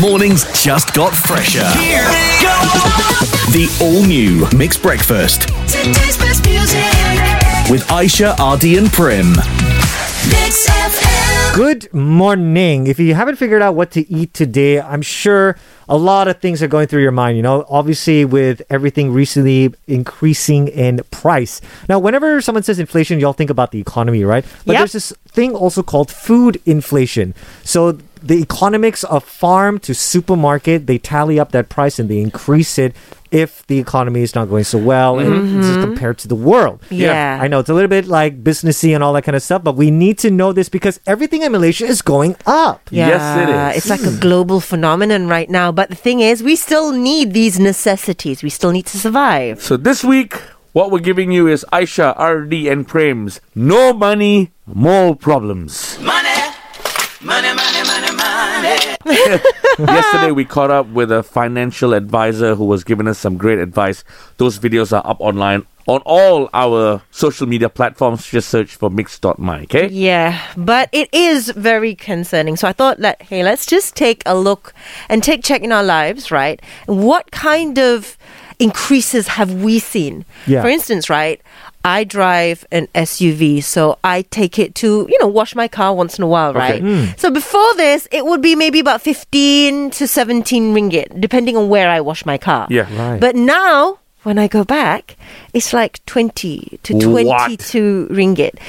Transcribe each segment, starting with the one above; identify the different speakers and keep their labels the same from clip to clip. Speaker 1: Mornings just got fresher. The all new Mixed Breakfast
Speaker 2: Today's best music.
Speaker 1: with Aisha, Ardy, and Prim.
Speaker 2: Mix FM.
Speaker 3: Good morning. If you haven't figured out what to eat today, I'm sure a lot of things are going through your mind. You know, obviously, with everything recently increasing in price. Now, whenever someone says inflation, y'all think about the economy, right? But
Speaker 4: Yep.
Speaker 3: there's this thing also called food inflation. So, the economics of farm to supermarket, they tally up that price and they increase it if the economy is not going so well and this is compared to the world.
Speaker 4: Mm-hmm. Yeah.
Speaker 3: I know it's a little bit like businessy and all that kind of stuff, but we need to know this because everything in Malaysia is going up.
Speaker 4: Yeah,
Speaker 5: Yes, it is. Hmm.
Speaker 4: It's like a global phenomenon right now. But the thing is, we still need these necessities. We still need to survive.
Speaker 5: So this week, what we're giving you is Aisha, RD, and Prem's No Money, More Problems. Money! Money, money, money, money. Yesterday, we caught up with a financial advisor who was giving us some great advice. Those videos are up online on all our social media platforms. Just search for mix.my, okay?
Speaker 4: Yeah, but it is very concerning. So I thought that, hey, let's just take a look and take check in our lives, right? What kind of increases have we seen?
Speaker 3: Yeah.
Speaker 4: For instance, right? I drive an SUV, so I take it to, you know, wash my car once in a while, right?
Speaker 5: Hmm.
Speaker 4: So before this, it would be maybe about 15 to 17 ringgit, depending on where I wash my car.
Speaker 5: Yeah.
Speaker 3: Right.
Speaker 4: But now, when I go back, it's like 20 to
Speaker 5: What?
Speaker 4: 22 ringgit.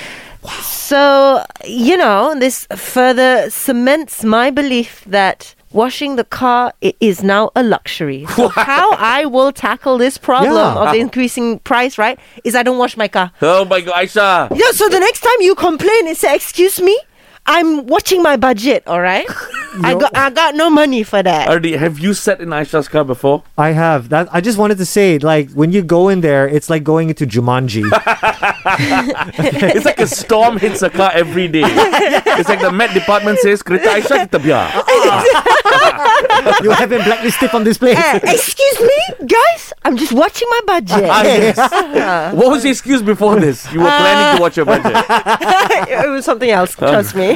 Speaker 4: So, you know, this further cements my belief that washing the car i- is now a luxury. So how I will tackle this problem
Speaker 3: Yeah.
Speaker 4: of the increasing price, right, is I don't wash my car.
Speaker 5: Oh my god, Aisha!
Speaker 4: Yeah, so the next time you complain and say, excuse me, I'm watching my budget, all right? I got I got no money for that.
Speaker 5: RD, have you sat in Aisha's car before?
Speaker 3: I have that. I just wanted to say, like, when you go in there, it's like going into Jumanji.
Speaker 5: It's like a storm hits a car every day. It's like the Met Department says, Kereta Aisha kita biar.
Speaker 4: Uh-uh.
Speaker 3: you have been blacklisted from this place.
Speaker 4: Uh, excuse me, guys. I'm just watching my budget.
Speaker 5: Ah, yes. What was the excuse before this? You were planning to watch
Speaker 4: Uh.
Speaker 5: your budget.
Speaker 4: it was something else.
Speaker 5: Um,
Speaker 4: Trust me.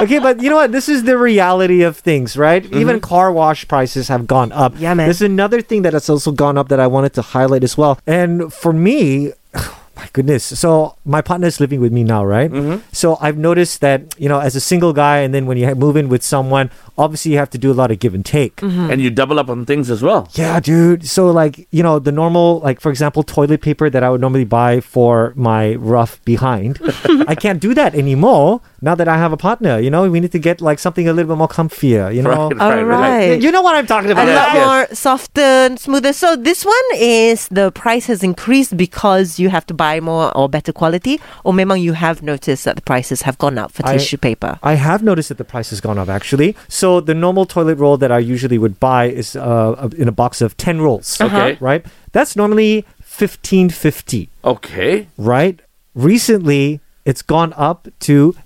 Speaker 3: okay, but you know what? This is the reality of things, right? Even car wash prices have gone up.
Speaker 4: Yeah, man.
Speaker 3: There's another thing that has also gone up that I wanted to highlight as well. And for me, my goodness. So my partner is living with me now, right? So I've noticed that you know, as a single guy, and then when you ha- move in with someone, obviously you have to do a lot of give and take.
Speaker 4: Hmm.
Speaker 5: And you double up on things as well.
Speaker 3: Yeah, dude. So like, you know, the normal like for example, toilet paper that I would normally buy for my rough behind. I can't do that anymore now that I have a partner, you know? We need to get like something a little bit more comfier, you know?
Speaker 5: Right, right, right.
Speaker 4: Oh. Alright.
Speaker 3: You know what I'm talking
Speaker 4: A
Speaker 3: about.
Speaker 5: Yeah.
Speaker 4: lot
Speaker 5: Uh, Yes.
Speaker 4: more softer and smoother. So this one is the price has increased because you have to buy more or better quality, or memang you have noticed that the prices have gone up for
Speaker 3: I-
Speaker 4: tissue paper.
Speaker 3: I have noticed that the price has gone up actually. So the normal toilet roll that I usually would buy is uh, in a box of 10 rolls,
Speaker 5: Okay.
Speaker 3: right? That's normally 15.50,
Speaker 5: Okay.
Speaker 3: right? Recently, it's gone up to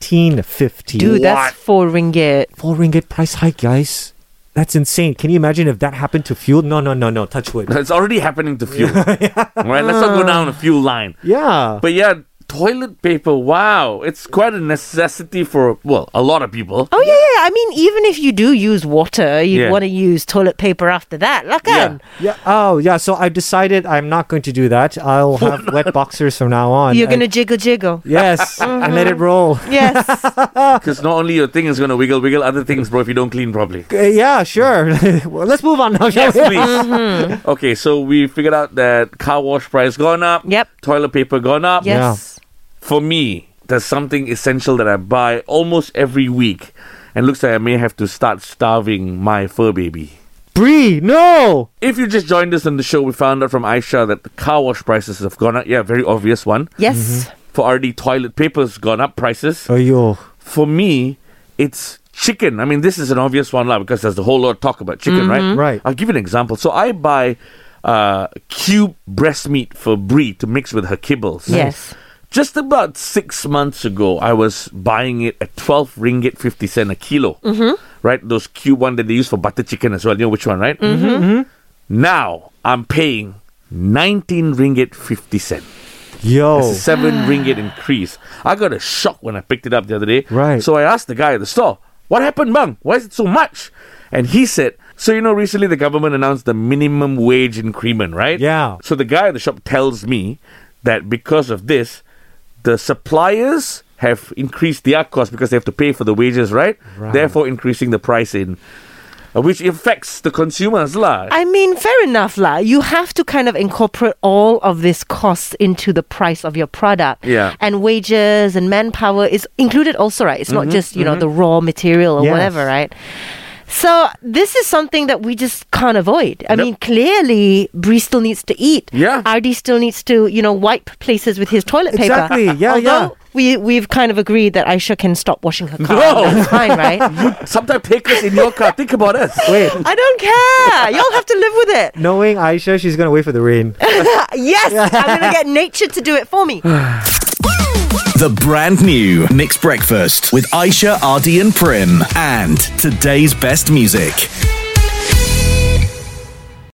Speaker 3: 19.50.
Speaker 4: Dude, that's four ringgit.
Speaker 3: four ringgit price hike, guys. That's insane. Can you imagine if that happened to fuel? No, no, no, no. Touch wood.
Speaker 5: It's already happening to fuel. Right? Let's
Speaker 4: Uh.
Speaker 5: not go down a fuel line.
Speaker 3: Yeah.
Speaker 5: But yeah, toilet paper, wow. It's quite a necessity for, well, a lot of people.
Speaker 4: Oh yeah, yeah. I mean, even if you do use water, you
Speaker 5: Yeah.
Speaker 4: want to use toilet paper after that. Look um,
Speaker 3: yeah.
Speaker 5: Yeah.
Speaker 3: Oh, yeah. So I've decided I'm not going to do that. I'll have wet boxers from now on.
Speaker 4: you're gonna
Speaker 3: And-
Speaker 4: jiggle jiggle.
Speaker 3: Yes, and let it roll.
Speaker 4: Yes.
Speaker 5: Because not only your thing is going to wiggle, wiggle other things, bro, if you don't clean properly.
Speaker 3: Uh, yeah, sure. well, let's move on now. shall
Speaker 5: Yes,
Speaker 3: we?
Speaker 5: please. Okay, so we figured out that car wash price gone up.
Speaker 4: Yep.
Speaker 5: Toilet paper gone up.
Speaker 4: yes.
Speaker 5: for me, there's something essential that I buy almost every week, and looks like I may have to start starving my fur baby.
Speaker 3: Bree, no.
Speaker 5: If you just joined us on the show, we found out from Aisha that the car wash prices have gone up. Yeah, very obvious one.
Speaker 3: Mm-hmm.
Speaker 4: Yes.
Speaker 5: For RD, toilet paper's gone up prices.
Speaker 3: Oh, yo.
Speaker 5: For me, it's chicken. I mean, this is an obvious one lah because there's a whole lot of talk about chicken, right?
Speaker 3: Right.
Speaker 5: I'll give you an example. So I buy uh, cube breast meat for Brie to mix with her kibbles.
Speaker 4: Yes.
Speaker 5: Just about six months ago, I was buying it at 12 ringgit 50 cent a kilo. Mm-hmm. Right? Those cube one that they use for butter chicken as well. You know which one, right? Mm-hmm. Now, I'm paying 19 ringgit 50 cent. It's
Speaker 3: Yo.
Speaker 5: a seven ringgit increase. I got a shock when I picked it up the other day.
Speaker 3: Right.
Speaker 5: So I asked the guy at the store, What happened, Bang? Why is it so much? And he said, So, you know, recently the government announced the minimum wage increment, right?
Speaker 3: Yeah.
Speaker 5: So the guy at the shop tells me that because of this, the suppliers have increased their cost because they have to pay for the wages, right?
Speaker 3: Right.
Speaker 5: Therefore, increasing the price in, uh, which affects the consumers, lah.
Speaker 4: I mean, fair enough, lah. You have to kind of incorporate all of this costs into the price of your product.
Speaker 5: Yeah.
Speaker 4: And wages and manpower is included also, right? It's not just, you know, the raw material or
Speaker 3: Mm-hmm, Yes.
Speaker 4: whatever, right? So this is something that we just can't avoid. I
Speaker 5: Nope.
Speaker 4: mean, clearly Bree still needs to eat.
Speaker 5: Yeah.
Speaker 4: RD still needs to, you know, wipe places with his toilet paper.
Speaker 3: Exactly. Yeah, yeah.
Speaker 4: Although We, we've kind of agreed that Aisha can stop washing her car.
Speaker 5: No.
Speaker 4: That's fine, right?
Speaker 5: Sometimes take us in your car. Think about us.
Speaker 3: Wait,
Speaker 4: I don't care. Y'all have to live with it.
Speaker 3: knowing Aisha, she's gonna wait for the rain.
Speaker 4: Yes, I'm going to get nature to do it for me.
Speaker 1: The brand new Mixed Breakfast with Aisha, Ardy, and Prim. And today's best music.